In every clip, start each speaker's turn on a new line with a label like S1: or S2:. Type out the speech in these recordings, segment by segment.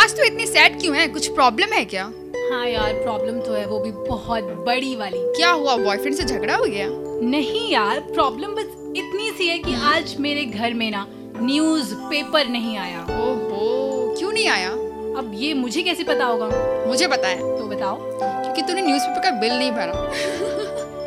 S1: आज तो इतनी सैड क्यों है कुछ प्रॉब्लम है क्या
S2: हाँ यार प्रॉब्लम तो है वो भी बहुत बड़ी वाली
S1: क्या हुआ बॉयफ्रेंड से झगड़ा हो गया
S2: नहीं यार प्रॉब्लम बस इतनी सी है कि आज मेरे घर में ना न्यूज पेपर नहीं आया
S1: ओहो क्यों नहीं आया
S2: अब ये मुझे कैसे पता होगा
S1: मुझे पता है
S2: तो बताओ
S1: क्योंकि तूने न्यूज़पेपर का बिल नहीं भरा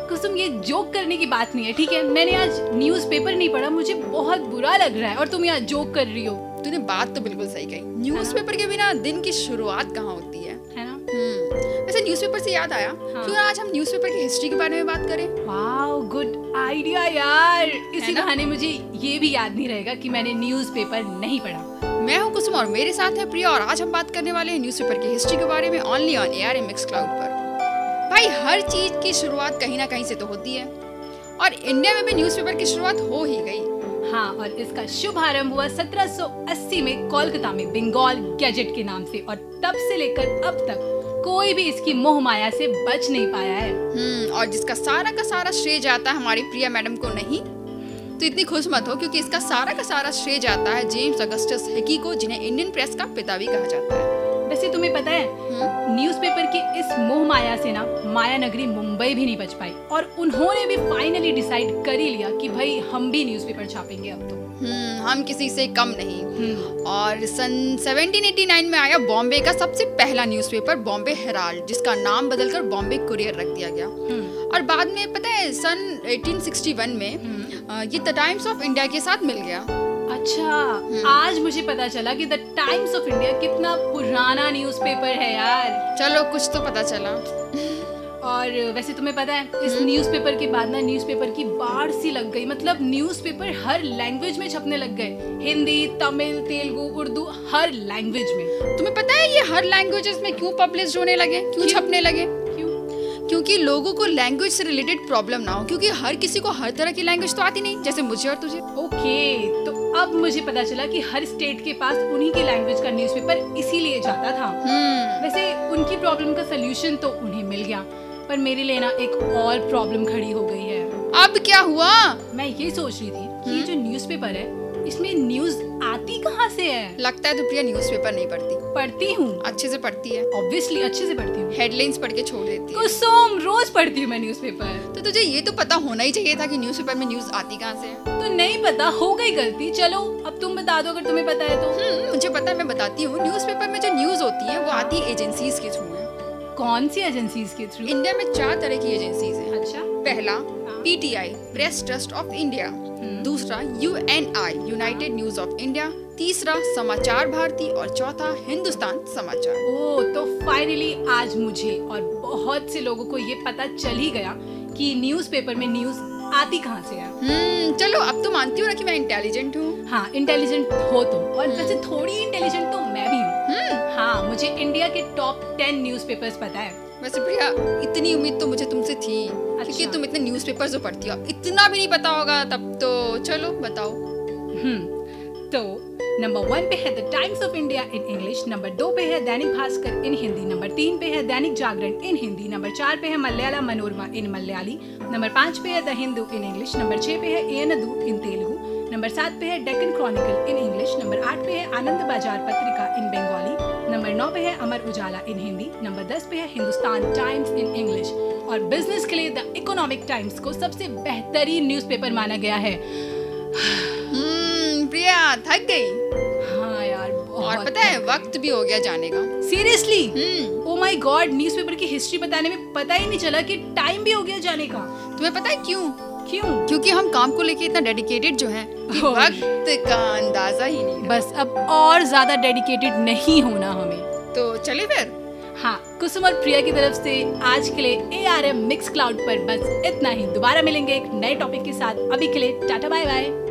S2: कुसुम ये जोक करने की बात नहीं है ठीक है मैंने आज न्यूज पेपर नहीं पढ़ा मुझे बहुत बुरा लग रहा है और तुम यहाँ जोक कर रही हो
S1: तूने बात तो बिल्कुल सही कही न्यूज़पेपर के बिना दिन की शुरुआत कहाँ होती है
S2: है ना
S1: हम्म, वैसे न्यूज़पेपर से याद आया क्यों ना आज हम न्यूज़पेपर की हिस्ट्री के बारे में बात करें
S2: वाओ गुड आइडिया यार इसी
S1: है ना?
S2: बहाने मुझे ये भी याद नहीं रहेगा कि मैंने न्यूज पेपर नहीं पढ़ा
S1: मैं हूं कुसुम और मेरे साथ है प्रिया और आज हम बात करने वाले हैं न्यूज़पेपर की हिस्ट्री के बारे में only on AR Mixcloud पर भाई हर चीज की शुरुआत कहीं ना कहीं से तो होती है और इंडिया में भी न्यूज़पेपर की शुरुआत हो ही गई
S2: हाँ और इसका शुभारंभ हुआ 1780 में कोलकाता में बंगाल गैजेट के नाम से और तब से लेकर अब तक कोई भी इसकी मोह माया से बच नहीं पाया है
S1: हम्म और जिसका सारा का सारा श्रेय जाता है हमारी प्रिया मैडम को नहीं तो इतनी खुश मत हो क्योंकि इसका सारा का सारा श्रेय जाता है जेम्स अगस्टस हिकी को जिन्हें इंडियन प्रेस का पिता भी कहा जाता है
S2: वैसे तुम्हें पता है
S1: हम्म,
S2: न्यूज़पेपर के इस मोह माया से ना माया नगरी मुंबई भी नहीं बच पाई और उन्होंने भी फाइनली डिसाइड कर ही लिया कि भाई हम भी न्यूज़पेपर छापेंगे अब तो
S1: हम्म, हम किसी से कम नहीं
S2: हम्म,
S1: और सन 1789 में आया बॉम्बे का सबसे पहला न्यूज़पेपर बॉम्बे हेराल्ड जिसका नाम बदलकर बॉम्बे कुरियर रख दिया गया
S2: हम्म,
S1: और बाद में पता है सन 1861 में
S2: हम्म।
S1: अ, ये द टाइम्स ऑफ इंडिया के साथ मिल गया
S2: अच्छा आज मुझे पता चला कि द टाइम्स ऑफ इंडिया कितना पुराना न्यूज़पेपर है यार
S1: चलो कुछ तो पता चला
S2: और वैसे तुम्हें पता है इस न्यूज़पेपर के बाद ना न्यूज़पेपर की बाढ़ सी लग गई मतलब न्यूज़पेपर हर लैंग्वेज में छपने लग गए हिंदी तमिल तेलुगु उर्दू हर लैंग्वेज में
S1: तुम्हें पता है ये हर लैंग्वेजेस में क्यों पब्लिश होने लगे क्यों
S2: क्यों?
S1: छपने लगे
S2: क्यों
S1: क्योंकि लोगों को लैंग्वेज से रिलेटेड प्रॉब्लम ना हो क्योंकि हर किसी को हर तरह की लैंग्वेज तो आती नहीं जैसे मुझे और तुझे
S2: ओके तो अब मुझे पता चला कि हर स्टेट के पास उन्हीं की लैंग्वेज का न्यूज़पेपर इसीलिए जाता था
S1: हम्म
S2: वैसे उनकी प्रॉब्लम का सोल्यूशन तो उन्हें मिल गया पर मेरे लिए ना एक और प्रॉब्लम खड़ी हो गई है
S1: अब क्या हुआ
S2: मैं ये सोच रही थी कि ये जो न्यूज़पेपर है इसमें न्यूज़ आती कहाँ से है
S1: लगता है तो प्रिया न्यूज़पेपर नहीं पढ़ती
S2: पढ़ती हूँ
S1: अच्छे से पढ़ती है
S2: ऑब्वियसली अच्छे से पढ़ती हूँ
S1: हेडलाइंस पढ़ के छोड़ देती है
S2: कुसुम रोज पढ़ती हूँ मैं न्यूज़पेपर
S1: तो तुझे ये तो पता होना ही चाहिए था कि न्यूज़पेपर में न्यूज़ आती कहाँ से है
S2: तो नहीं पता हो गई गलती चलो अब तुम बता दो अगर तुम्हें पता है तो
S1: हम्म, मुझे पता है मैं बताती हूँ न्यूज़पेपर में जो न्यूज़ होती है वो आती है एजेंसीज के थ्रू है
S2: कौन सी एजेंसीज के थ्रू
S1: इंडिया में चार तरह की एजेंसीज हैं
S2: अच्छा
S1: पहला PTI press trust of India दूसरा UNI United News of India तीसरा समाचार भारती और चौथा हिंदुस्तान समाचार
S2: ओ तो फाइनली आज मुझे और बहुत से लोगों को ये पता चल ही गया कि न्यूज़पेपर में न्यूज़ आती कहाँ से है
S1: हम्म चलो अब तो मानती हो ना कि मैं इंटेलिजेंट हूँ
S2: हाँ इंटेलिजेंट हो तुम और वैसे थोड़ी इंटेलिजेंट तो मैं भी हूँ
S1: हम्म
S2: हाँ मुझे इंडिया के टॉप टेन न्यूज़पेपर्स पता है
S1: वैसे प्रिया इतनी उम्मीद तो मुझे तुमसे थी क्योंकि तुम इतने न्यूज़पेपर जो पढ़ती हो अब इतना भी नहीं पता होगा तब तो चलो बताओ
S2: हम्म, तो नंबर वन पे है the Times of India in English number दो पे है दैनिक भास्कर इन हिंदी नंबर तीन पे है दैनिक जागरण इन हिंदी नंबर चार पे है मलयाला मनोरमा इन मलयाली नंबर पाँच पे है the Hindu in English number छह पे है एनदू इन तेलुगु नंबर सात पे है Deccan Chronicle in English number आठ पे है आनंद बाजार पत्रिका इन बंगाली नंबर नौ पे है अमर उजाला इन हिंदी नंबर दस पे है हिंदुस्तान टाइम्स इन इंग्लिश और बिजनेस के लिए द इकोनॉमिक टाइम्स को सबसे बेहतरीन न्यूज़पेपर माना गया है
S1: हम्म प्रिया थक गई
S2: हाँ यार बहुत
S1: और पता है वक्त भी हो गया जाने का
S2: seriously
S1: hmm
S2: oh my God newspaper की हिस्ट्री बताने में पता ही नहीं चला कि टाइम भी हो गया जाने का
S1: तुम्हें पता है क्यों
S2: क्यों
S1: क्योंकि हम काम को लेके इतना डेडिकेटेड जो है कि
S2: और-
S1: वक्त का अंदाजा ही नहीं रहा।
S2: बस अब और ज्यादा डेडिकेटेड नहीं होना हमें
S1: तो चले फिर
S2: हाँ कुसुम और प्रिया की तरफ से आज के लिए A R M Mixcloud पर बस इतना ही दोबारा मिलेंगे एक नए टॉपिक के साथ अभी के लिए टाटा बाय बाय